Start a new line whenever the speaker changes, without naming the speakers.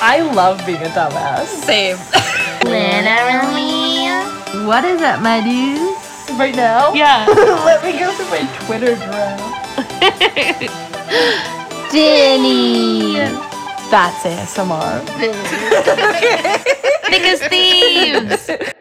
I love being a dumbass.
Same.
Literally.
What is up, my dudes?
Right now?
Yeah.
Let me go through my Twitter draft.
Jenny.
That's ASMR.
Thick as thieves.